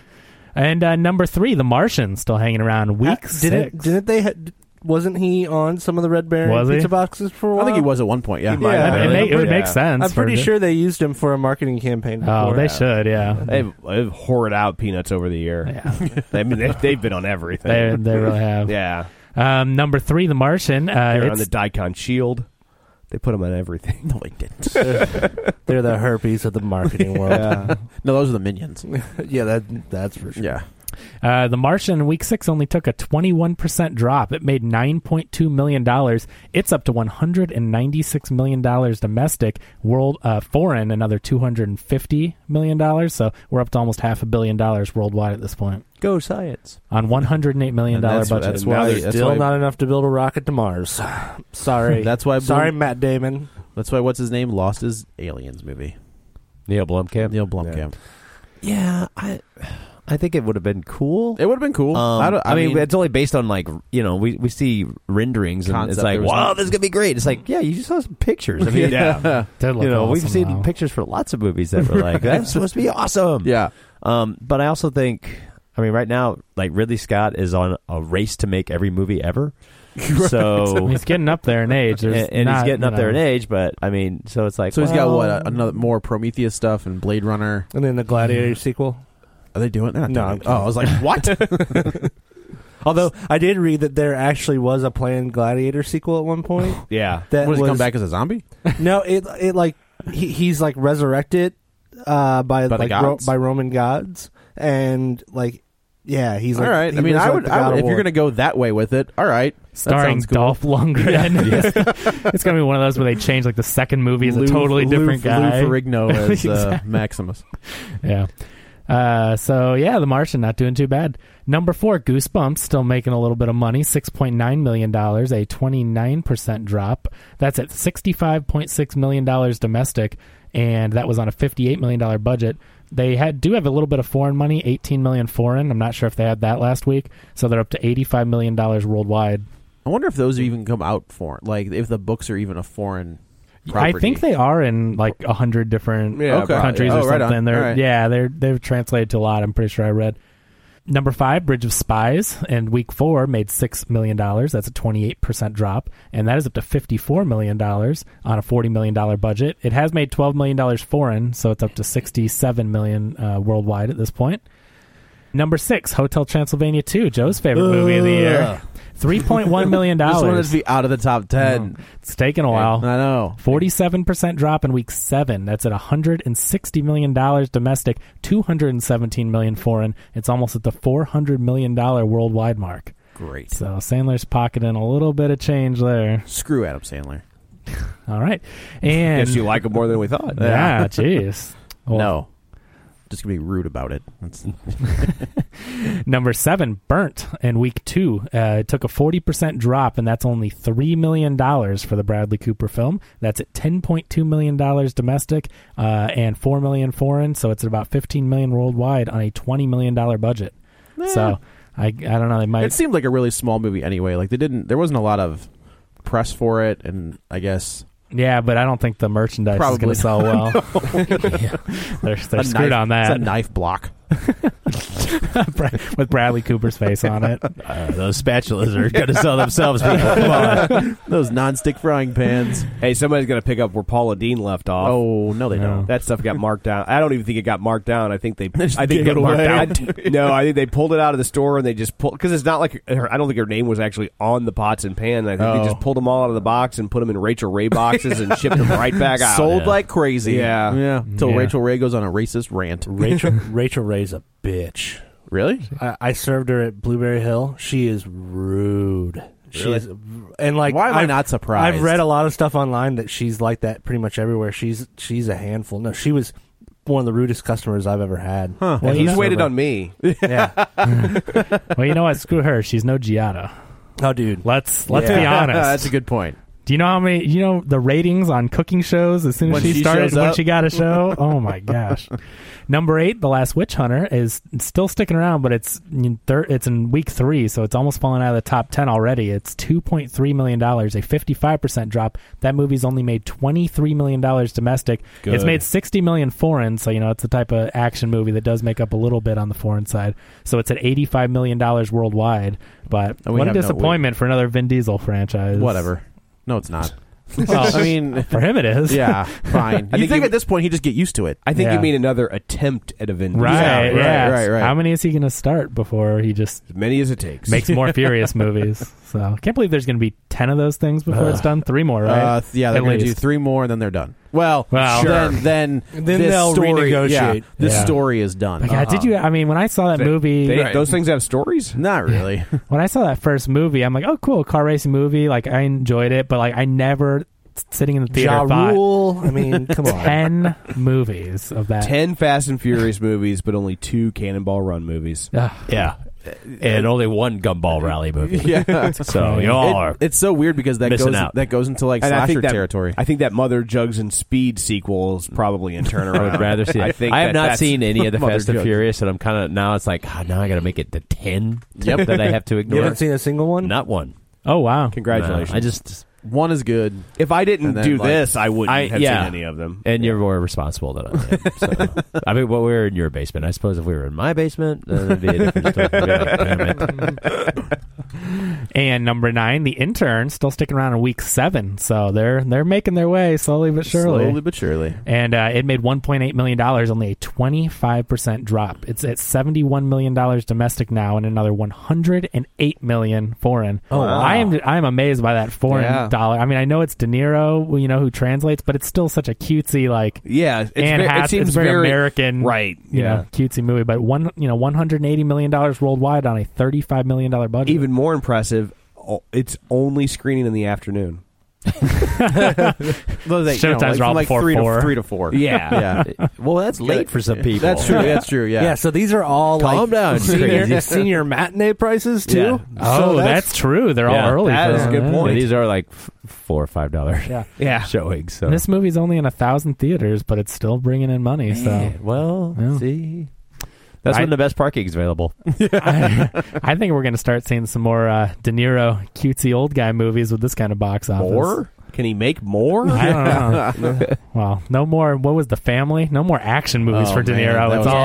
and uh, number three, the Martian still hanging around. Week six.
Uh, Didn't, didn't they? Ha- wasn't he on some of the Red Baron
Was he?
pizza boxes for a while?
I think he was at one point. Yeah.
might have
it,
been.
ma- it would make
Yeah.
sense.
I'm
for
pretty
the-
sure they used him for a marketing campaign.
Oh,
before.
they should. Yeah,
They've, they've hoarded out peanuts over the year. Yeah. I mean, they've, they've been on everything.
They, they really have.
Yeah.
Um, number three, The Martian. Uh,
They're on
it's-
the Dicon shield. They put them on everything.
No, they didn't.
They're the herpes of the marketing world.
Yeah. No, those are the minions.
yeah, that that's for sure.
Yeah.
Uh, the Martian week six only took a 21% drop. It made $9.2 million. It's up to $196 million domestic, world uh, foreign, another $250 million. So we're up to almost half a billion dollars worldwide at this point.
Go science.
On $108 million
And that's-
budget.
That's why there's still not enough to build a rocket to Mars. Sorry.
That's why. Blue-
Sorry, Matt Damon.
That's why. What's his name? Lost his aliens movie.
Neil Blomkamp.
Neil Blomkamp.
Yeah, I I think it would have been cool.
It would have been cool.
Um,
I, don't, I,
mean,
mean,
it's only based on like you know we, we see renderings and
Concept,
it's like
there was
wow
no-
this is gonna be great. It's like yeah you just saw some pictures. I mean
Yeah.
That
you
looked
know we've
awesome,
seen
though.
pictures for lots of movies that were like that's supposed to be awesome.
Yeah.
Um, but I also think I mean right now like Ridley Scott is on a race to make every movie ever. So
he's getting up there in age. There's
and, and he's
not,
getting
you
up there in
know.
age, but I mean so it's like
so he's got
well,
what uh, another more Prometheus stuff and Blade Runner.
And then the
Mm-hmm.
Gladiator sequel.
Are they doing that?
No, I'm
Oh, I was like, what?
Although I did read that there actually was a planned Gladiator sequel at one point.
Yeah.
That
What, does he come
was-
back as a zombie?
no, it it like he, he's like resurrected uh, by,
By the
like Ro-
gods?
by Roman gods and like yeah, he's like,
all right.
he
I mean,
was,
I
like,
would.
the
I
god
would
of
if you're
war.
going to go that way with it, all right. That
Starring
sounds cool.
Dolph Lundgren. it's going to be one of those where they change like the second movie is a
Lou-
totally
Lou-
different guy.
Lou Ferrigno as uh,
Exactly.
Maximus.
Yeah. Uh, so yeah, The Martian not doing too bad. Number four, Goosebumps still making a little bit of money, six point nine million dollars, a twenty nine percent drop. That's at sixty five point six million dollars domestic, and that was on a fifty eight million dollar budget. They had do have a little bit of foreign money, eighteen million foreign. I'm not sure if they had that last week, so they're up to eighty five million dollars worldwide.
I wonder if those even come out foreign. Like if the books are even a foreign. Property.
I think they are in like a hundred different
Yeah,
countries
probably.
or
Oh, right on.
something. They're
All right.
yeah, they're they've translated to a lot. I'm pretty sure I read. Number five, Bridge of Spies, and week four made $6 million. That's a 28% drop, and that is up to $54 million on a $40 million budget. It has made $12 million foreign, so it's up to $67 million uh, worldwide at this point. Number six, Hotel Transylvania 2, Joe's favorite movie of the year. $3.1 million.
Just wanted to be out of the top 10.
It's taken a while.
I know.
47% drop in week seven. That's at $160 million domestic, $217 million foreign. It's almost at the $400 million worldwide mark.
Great.
So Sandler's pocketing a little bit of change there.
Screw Adam Sandler.
All right. And
Guess you like him more than we thought.
Yeah, jeez. Well,
no. Just gonna be rude about it. That's-
Number seven, Burnt in week two. Uh, it took a 40% drop, and that's only $3 million for the Bradley Cooper film. That's at $10.2 million domestic uh, and $4 million foreign. So it's at about $15 million worldwide on a $20 million budget. So I, I don't know. They might.
it seemed like a really small movie anyway. Like they didn't. There wasn't a lot of press for it, and I guess
yeah, but I don't think the merchandise is going
Probably
to sell well.
not.
Yeah. They're, they're
A
screwed
knife-
on that.
It's a knife block.
Bra- with Bradley Cooper's face on it.
Uh,
those spatulas are going to sell themselves. People.
Those nonstick frying pans.
Hey, somebody's going to pick up where Paula Dean left off.
Oh no, they don't.
That stuff got marked down. I don't even think it got marked down. I think they. I think
gave it away.
marked down. no, I think they pulled it out of the store and they just pulled because it's not like her, I don't think her name was actually on the pots and pan. I think
Oh.
they just pulled them all out of the box and put them in Rachel Ray boxes and shipped them right back out.
Sold like crazy.
Yeah.
yeah. Until
Yeah.
Rachel Ray goes on a racist rant.
Rachel Rachel Ray's a bitch.
really?
I, Uh, I served her at Blueberry Hill. She is rude. She
Really?
is, and like,
Why am I
I've-
not surprised?
I've read a lot of stuff online that she's like that pretty much everywhere. She's she's a handful. No, she was one of the rudest customers I've ever had.
Huh. Well,
As a
he's waited
server.
on me.
Yeah.
well, you know what? Screw her. She's no Giada.
Oh, dude.
Let's let's be
Yeah.
honest.
That's a good point.
Do you know how many? You know the ratings on cooking shows as soon as
When
she,
she
started
shows
when
up.
she got a show. Oh my gosh! Number eight, The Last Witch Hunter is still sticking around, but it's in thir- it's in week three, so it's almost fallen out of the top ten already. It's two point three million dollars, a fifty five percent drop. That movie's only made twenty three million dollars domestic. It's
Good.
made sixty million foreign, so you know it's the type of action movie that does make up a little bit on the foreign side. So it's at eighty five million dollars worldwide. But
And we
what a
have no- we-
disappointment for another Vin Diesel franchise.
Whatever. No, it's not.
Well,
I mean,
For him, it is.
yeah, fine.
I
You
think
think
you-
at this point he would just get used to it?
I think
Yeah.
you mean another attempt at a Vin Diesel.
Right. Yeah,
right, right, right.
How many is he going to start before he just
As many as it takes.
makes more furious movies? So I can't believe there's going to be 10 of those things before it's done. Three more, right?
Uh, th- yeah, they're
At
going to do
least.
three more, and then they're done. Well,
Well,
then then,
then
this
they'll
story,
renegotiate.
yeah, this
Yeah.
story is done.
Like, God,
Uh-huh.
did you? I mean, when I saw that
They-
movie,
they- Those things have stories.
Not really.
when I saw that first movie, I'm like, oh, cool, car racing movie. Like, I enjoyed it, but like, I never s- sitting in the theater
Ja
thought
Rule. I mean, come on.
10 movies of that.
Ten Fast and Furious movies, but only two Cannonball Run movies.
Ugh.
yeah, and only one gumball rally movie.
yeah,
So y'all are.
It- it's so weird because that
Missing
goes
out.
that goes into like
And
slasher
I think that,
territory.
I think that Mother Jugs and Speed sequel is probably in turnaround.
I would rather see it.
I think
I have
that
not
that's-
seen any of the
Mother
Fast and
Jones.
Furious, and I'm kind of now. It's like ah, now I got to make it to ten that I have to
You
ignore.
haven't seen a single one?
Not one.
Oh, wow.
Congratulations.
No, I just
One is good.
if I didn't
And then,
do
like-
this, I wouldn't
I-
have
yeah.
seen any of them.
and you're more responsible than I am. So. I mean, well, we were in your basement. I suppose if we were in my basement, then it'd be a different story. We'd be like, "Damn it."
And number nine, the intern, still sticking around in week seven, so they're they're making their way slowly but surely.
Slowly but surely.
and uh, it made 1.8 million dollars, only a 25 percent drop. It's at 71 million dollars domestic now, and another 108 million foreign. Oh,
wow.
I am I am amazed by that foreign
Yeah.
dollar. I mean, I know it's De Niro, you know, who translates, but it's still such a cutesy like.
Yeah, it's
Anne
ve-
Hath-
it seems
it's very, American,
right?
You
Yeah.
know, cutesy movie, but one, you know, one hundred and eighty million dollars worldwide on a thirty-five million dollar budget.
Even more impressive, o- it's only screening in the afternoon.
Well, they- you know,
Showtimes are
like, from
all
like
before
three
four.
to three to four.
yeah, yeah. Well, that's late for some people.
That's true. That's true. Yeah.
Yeah. so these are all
Calm
like
down,
senior,
crazy.
senior matinee prices too.
Yeah.
oh,
So
that's, true. They're
Yeah,
all early.
that
for
is a good
yeah.
point.
And these are like f- four or five dollar
Yeah.
Yeah,
showings. So
And This movie's only in a thousand theaters, but it's still bringing in money. So
Yeah, well,
Yeah.
see, that's
I-
when the best parking is available.
I, I think we're going to start seeing some more uh, De Niro cutesy old guy movies with this kind of box office.
more. Can he make more?
I don't know. well, no more. What was the family? No more action movies
Oh,
for De
man,
Niro.
that
it's
was
all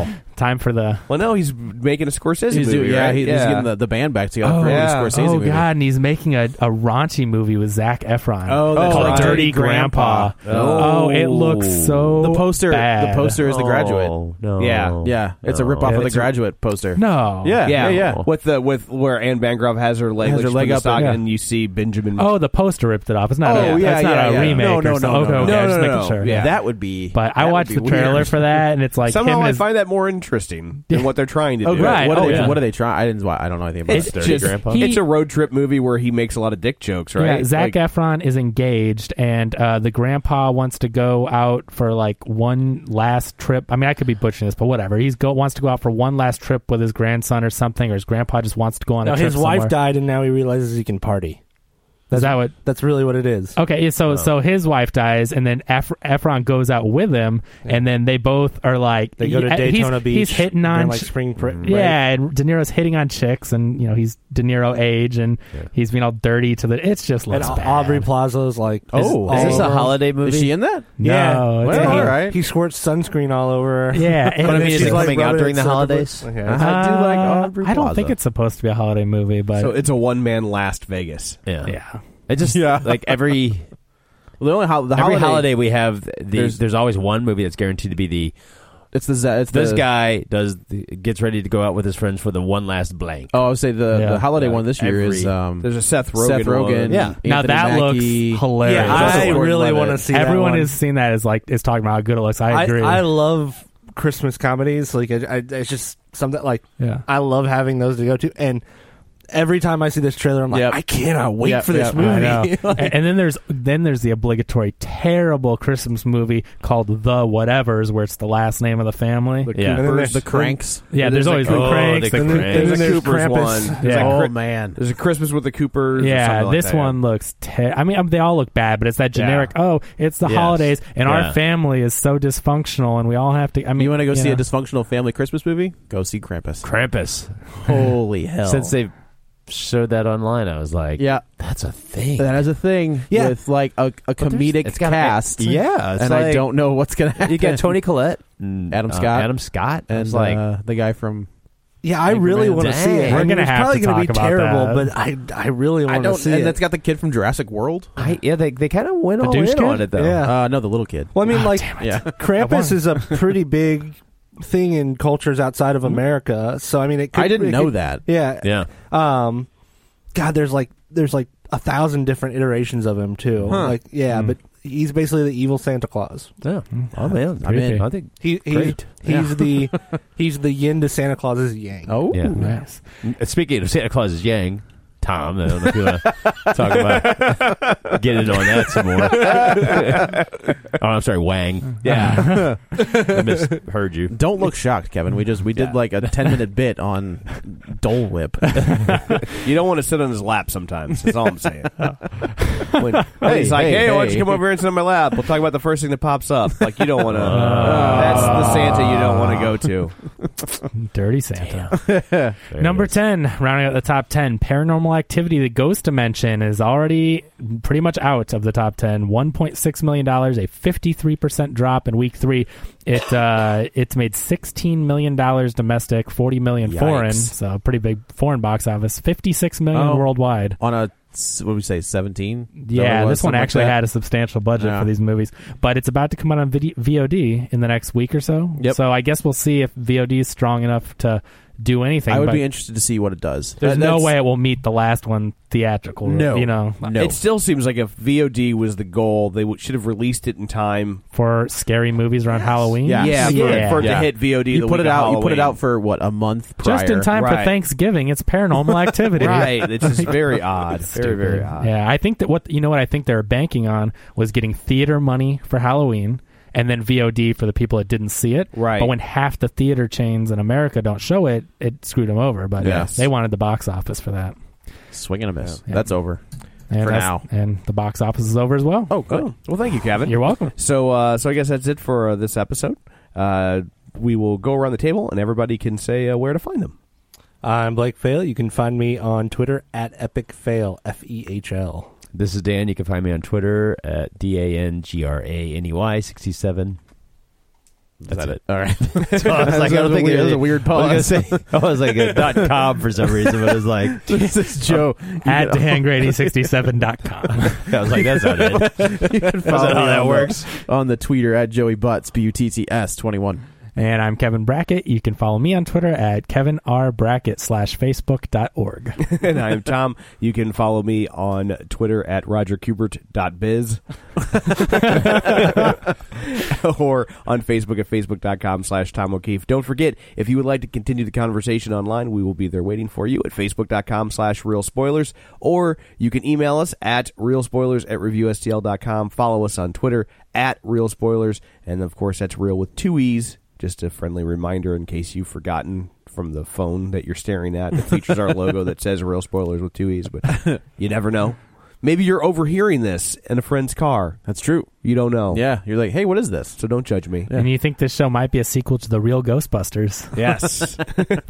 awful.
time for the.
Well, no, he's making a Scorsese
He's
movie.
doing- yeah,
right?
he- he's getting the- the band back together for a Scorsese
oh
movie.
god, and he's making a, a raunchy movie with Zach Efron.
Oh, that's
called
right.
Dirty Grandpa. Oh. it looks so.
The poster, the poster is the graduate. yeah, yeah. It's a rip off of the
It's a-
graduate poster.
No.
yeah,
yeah,
yeah, yeah. With the with where Anne Bancroft has her leg,
Has her leg
like, from the
up
sock,
and-
and, you see Benjamin.
Oh, the poster ripped it off. It's not.
Oh,
a,
yeah,
that's not
yeah,
a
yeah.
remake.
No,
or
no,
something.
no,
okay,
no,
okay,
no,
I'm just
no,
making
no.
sure.
Yeah. That would be-
But I
that would
watched
be
the
weird.
trailer for that, and it's like
somehow
him
I
as-
find that more interesting than what they're trying to
Oh,
do.
right.
What,
Oh,
are they-
yeah.
what are they
trying? I didn't. I don't know anything
about It's Dirty just- Grandpa. he-
it's a road trip movie where he makes a lot of dick jokes, right?
Yeah,
Like,
Zach Efron is engaged, and uh, the grandpa wants to go out for like one last trip. I mean, I could be butchering this, but whatever. He's go wants to go out for one last trip with his grandson or something, or his grandpa just wants to go on
No,
a trip.
his wife
somewhere.
died, and now he realizes he can party.
Is that what?
That's really what it is.
Okay, yeah, so
Oh.
so his wife dies, and then Ef- Efron goes out with him, and then they both are like
They go to
he- uh, he's-
Daytona Beach.
He's hitting
and
on
like
ch-
spring break.
Yeah, and De Niro's hitting on chicks, and you know he's De Niro age, and he's being all dirty to the. It's just
And
looks bad.
Aubrey Plaza's like,
Oh. Is this a holiday Is movie? she in that? No,
Yeah.
it's
Well,
not.
all right. He squirts sunscreen all over her.
Yeah, and
then
then
she's,
she's
like,
rubbing
rubbing
it
it so-
Okay.
Okay.
I do like
Uh,
Aubrey I don't think it's supposed to be a holiday movie, but
so it's a one man last Vegas.
Yeah.
yeah.
It just like every
the only ho- the
every
holiday-
holiday we have the, there's
There's-
always one movie that's guaranteed to be the
it's the it's
this
the-
guy does the, gets ready to go out with his friends for the one last blank.
Oh, I would say the,
Yeah.
the holiday
Yeah.
one this year
Every-
is um,
There's a Seth Rogen
Seth Rogen.
one. Yeah.
Anthony
now that
Mackie.
looks hilarious.
Yeah,
I really want to see. that
Everyone
one.
is seeing that as like is talking about how good it looks. I agree.
I, love Christmas comedies. Like, I, I, it's just something like
Yeah.
I love having those to go to. And every time I see this trailer, I'm like, I cannot wait
Yep,
for this
yep, I
movie.
know. and, and then there's then there's the obligatory terrible Christmas movie called The Whatever's, where it's the last name of the family.
The Yeah. Coopers, And then there's- the Cranks.
Yeah,
and
there's,
there's
always
the
the
Cranks.
cranks.
Oh, the
the
Cranks.
There's a
There's
Coopers
Krampus.
one. There's
Yeah.
a
Oh,
Chri-
man.
There's a Christmas with the Coopers. or
Yeah,
something like
this
that, yeah.
one looks. Te- I mean, um, they all look bad, but it's that
Yeah.
generic. Oh, it's the
Yes.
holidays, and
Yeah.
our family is so dysfunctional, and we all have to. I mean,
you want to go see
know.
a dysfunctional family Christmas movie? Go see Krampus.
Krampus.
Holy hell!
Since they showed that online, I was like,
yeah,
that's a thing.
That is a thing.
Yeah.
with like a, a comedic
it's gotta-
cast.
Yeah, it's
and I
like-
don't know what's gonna happen.
You got Tony Collette, and,
Adam
uh,
Scott,
Adam Scott,
and
It's like-
uh, the guy from.
yeah, I
Anchorman.
really want to see
Dang.
it.
We're
I mean,
gonna
it's
have
probably
to
gonna
talk
be
about
terrible,
that.
but I, I really
I
want to
don't,
see
and
it.
that's got the kid from Jurassic World.
I, yeah, they they kind of went
The
all
douche
in
kid?
on it though. Ah,
Yeah.
Uh, no, the little kid.
Well, I mean, like
Yeah.
Krampus is a pretty big thing in cultures outside of America. So I mean, it. Could,
I didn't
it
know
could-
that.
Yeah.
Yeah.
Um, God, there's like there's like a thousand different iterations of him too.
Huh.
Like, yeah, but he's basically the evil Santa Claus.
Yeah. Oh man, I
Creepy.
mean, I think
He, he
Great.
he's
Yeah.
the he's the yin to Santa Claus's yang.
Oh,
Yeah.
Nice.
Uh, Speaking of Santa Claus's Yang, Tom, I don't know if you want to talk about get in on that some more. oh, I'm sorry, Wang.
Yeah.
I misheard you.
Don't look shocked, Kevin. We just we did like a ten minute bit on Dole Whip.
You don't want to sit on his lap sometimes. That's all I'm saying. when, when
Hey,
he's like,
hey,
hey, why don't
hey."
you come over here and sit on my lap? We'll talk about the first thing that pops up. Like, you don't want to. that's the Santa you don't want to go to.
Dirty Santa.
it
Number 10, rounding out the top 10, Paranormal Activity, The Ghost Dimension is already pretty much out of the top 10. $1.6 million, a 53% drop in week three. It uh, It's made $16 million domestic, $40 million foreign,
Yikes.
so pretty big foreign box office, $56 million
Oh.
worldwide.
on a s- what would we say seventeen?
Yeah, this one actually had a substantial budget
Yeah.
for these movies, but it's about to come out on video- VOD in the next week or so.
Yep.
So I guess we'll see if VOD is strong enough to do anything.
I would
but
be interested to see what it does.
There's
That-
no
that's-
way it will meet the last one theatrical.
No.
you know,
It still seems like if VOD was the goal, they w- should have released it in time.
for scary movies around Halloween.
Yeah. Yeah, for- for it to hit VOD
You
the
put
week
it
of
out. You put
Halloween.
it out for what a month prior.
Just in time for Thanksgiving, it's Paranormal Activity.
Right. It's just very odd.
It's
very, very
stupid.
odd.
Yeah, I think that what you know what I think they were banking on was getting theater money for Halloween and then VOD for the people that didn't see it.
Right.
But when half the theater chains in America don't show it, it screwed them over. But
Yes.
they wanted the box office for that.
Swing and a miss.
Yeah.
That's over
And
for
that's-
now.
and the box office is over as well.
Oh, good.
Well, thank you, Kevin.
You're welcome.
So, uh, so I guess that's it for uh, this episode. Uh, we will go around the table, and everybody can say uh, where to find them.
I'm Blake Fail. You can find me on Twitter at Epic Fail F E H L.
This is Dan. You can find me on Twitter at D A N G R A N E Y 67. That's it.
All right.
So I was like, I don't think
it was
really-
a weird
I was
pause.
gonna say- I was like a dot com for some reason, but it was like- uh,
this is Joe
at dangrady67.com.
I was like, that's not it.
You can
That's
follow
not how
me
that
on the-
works.
on the Twitter at Joey Butts B U T T S twenty one.
And I'm Kevin Brackett. You can follow me on Twitter at Kevin R. Brackett slash Facebook.org.
and I am Tom. You can follow me on Twitter at rogercubert.biz or on Facebook at facebook.com slash Tom O'Keefe. Don't forget, if you would like to continue the conversation online, we will be there waiting for you at facebook.com slash real spoilers or you can email us at real spoilers at reviewstl.com. Follow us on Twitter at real spoilers. And of course, that's real with two E's. Just a friendly reminder in case you've forgotten from the phone that you're staring at that features our logo that says real spoilers with two E's, but you never know. Maybe you're overhearing this in a friend's car.
That's true.
You don't know.
Yeah, you're like, hey, what is this?
So don't judge me.
And you think this show might be a sequel to The Real Ghostbusters?
Yes.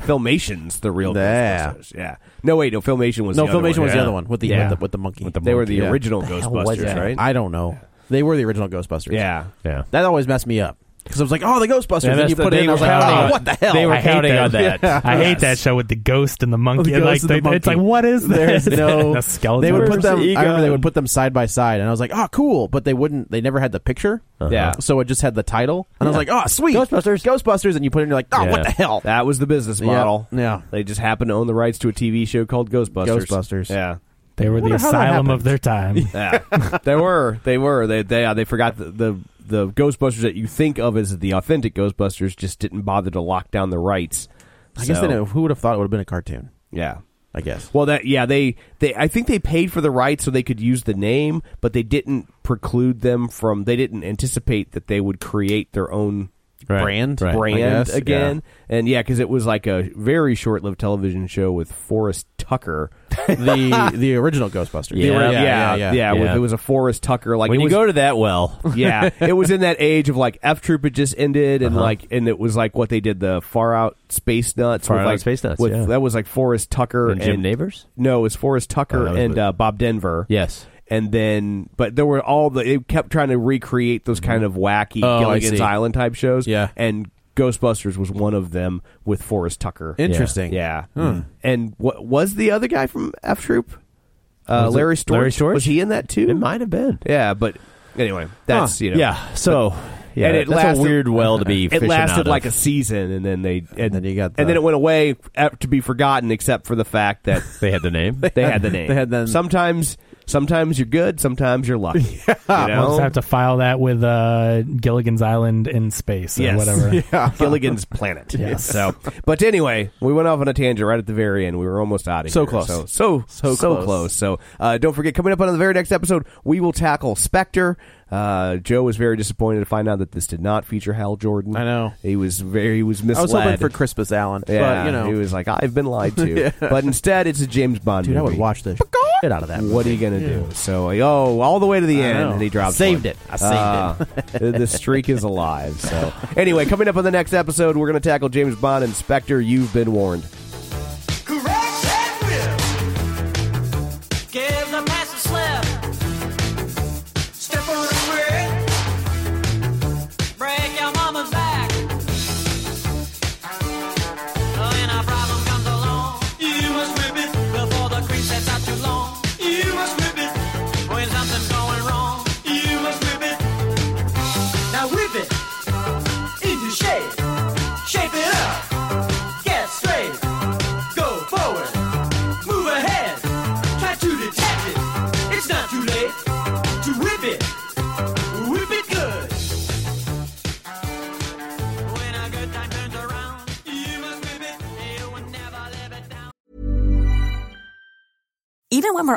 Filmation's the real
Yeah.
Ghostbusters. Yeah. No, wait. No, Filmation was
no,
the other
Filmation
one.
was
Yeah.
the other one with the
Yeah.
with, the, with the monkey.
With the They were monkey, the yeah. original
The hell was
Ghostbusters,
that?
right?
I don't know. They were the original Ghostbusters.
Yeah,
yeah.
That always messed me up because I was like, oh, the Ghostbusters.
Yeah,
and
that's
you
the-
put it
they
in, I was
were
like,
counting
oh,
on-
what the hell?
they were
I hate
counting on that.
Yeah.
I hate that show with the ghost and the monkey.
The ghost
like
and the
they- it's
monkey.
like what is this?
There's no
the skeleton.
They would put them. I remember they would put them side by side, and I was like, "Oh, cool!" But they wouldn't. They never had the picture.
Yeah.
So it just had the title, and I was like, "Oh, sweet, Ghostbusters, Ghostbusters!" And you put it in, you're like, "Oh, what the hell?"
That was the business
Yeah.
model.
Yeah.
They just happened to own the rights to a TV show called Ghostbusters.
Ghostbusters.
Yeah.
They were the
Wonder how that
asylum of their time.
Yeah, they were. They were. They they uh, they forgot the, the the Ghostbusters that you think of as the authentic Ghostbusters just didn't bother to lock down the rights.
I guess
So,
they know, who would have thought it would have been a cartoon.
Yeah.
I guess.
Well, that yeah they they I think they paid for the rights so they could use the name, but they didn't preclude them from. They didn't anticipate that they would create their own
Right. Brand? Right. I
brand
guess,
again. And yeah, because it was like a very short-lived television show with Forrest Tucker,
the the original Ghostbusters.
Yeah, yeah, yeah. with- it was a Forrest Tucker. Like
when
it
you
was-
go to that well,
yeah, it was in that age of like F Troop had just ended,
Uh-huh.
and like, and it was like what they did the Far Out Space Nuts,
Far
with,
Out
like,
Space Nuts,
With,
yeah.
That was like Forrest Tucker
And Jim Neighbors?
No, it was Forrest Tucker
that was
and
with-
uh, Bob Denver.
Yes.
and then but there were all the it kept trying to recreate those kind of wacky
Oh, I
Gilligan's
see.
Island type shows.
Yeah.
and Ghostbusters was one of them with Forrest Tucker.
Interesting.
Yeah,
Hmm.
and what was the other guy from F Troop? Uh,
Was it
Larry Storch.
Larry Storch?
Was he in that too?
it might have been.
Yeah, but anyway, that's
Huh.
you know.
Yeah, so, yeah,
and it
that's a
lasted,
weird well to be
It
fishing
lasted
out of.
like a season, and then they and,
then you got the-
and then it went away f- to be forgotten, except for the fact that
they had the name.
they had the name.
They had the-
sometimes sometimes you're good, sometimes you're lucky. You
Ah, We'll just
know?
have to file that with uh, Gilligan's Island in space or
Yes.
whatever.
Gilligan's Planet.
Yes.
So, but anyway, we went off on a tangent right at the very end. We were almost out of
So
here.
close.
So so so,
So
close.
close.
So uh, don't forget, coming up on the very next episode, we will tackle Spectre. Uh, Joe was very disappointed to find out that this did not feature Hal Jordan.
I know.
he was very he was
I was
misled.
hoping for Crispus Allen,
yeah,
but you know,
he was like, I've been lied to.
Yeah.
But instead, it's a James Bond
dude, I
movie.
would watch the shit out of that.
What are you gonna do? So, oh, all the way to the
I
end,
know.
and he drops.
Saved
one.
it. I saved
it. the streak is alive. So, anyway, coming up on the next episode, we're gonna tackle James Bond and Spectre. You've been warned.
Give the pass a slip. Step on the brick. Break your mama's back. When a problem comes along, you must whip it before the cream sets out too long. You must whip it when something's going wrong. You must whip it. Now whip it into shape. Shape it up. Get straight. Go forward. Move ahead. Try to detect it. It's not too late to whip it. Whip it good. When a good time turns around, you must whip it. You will never live it down.
Even when we're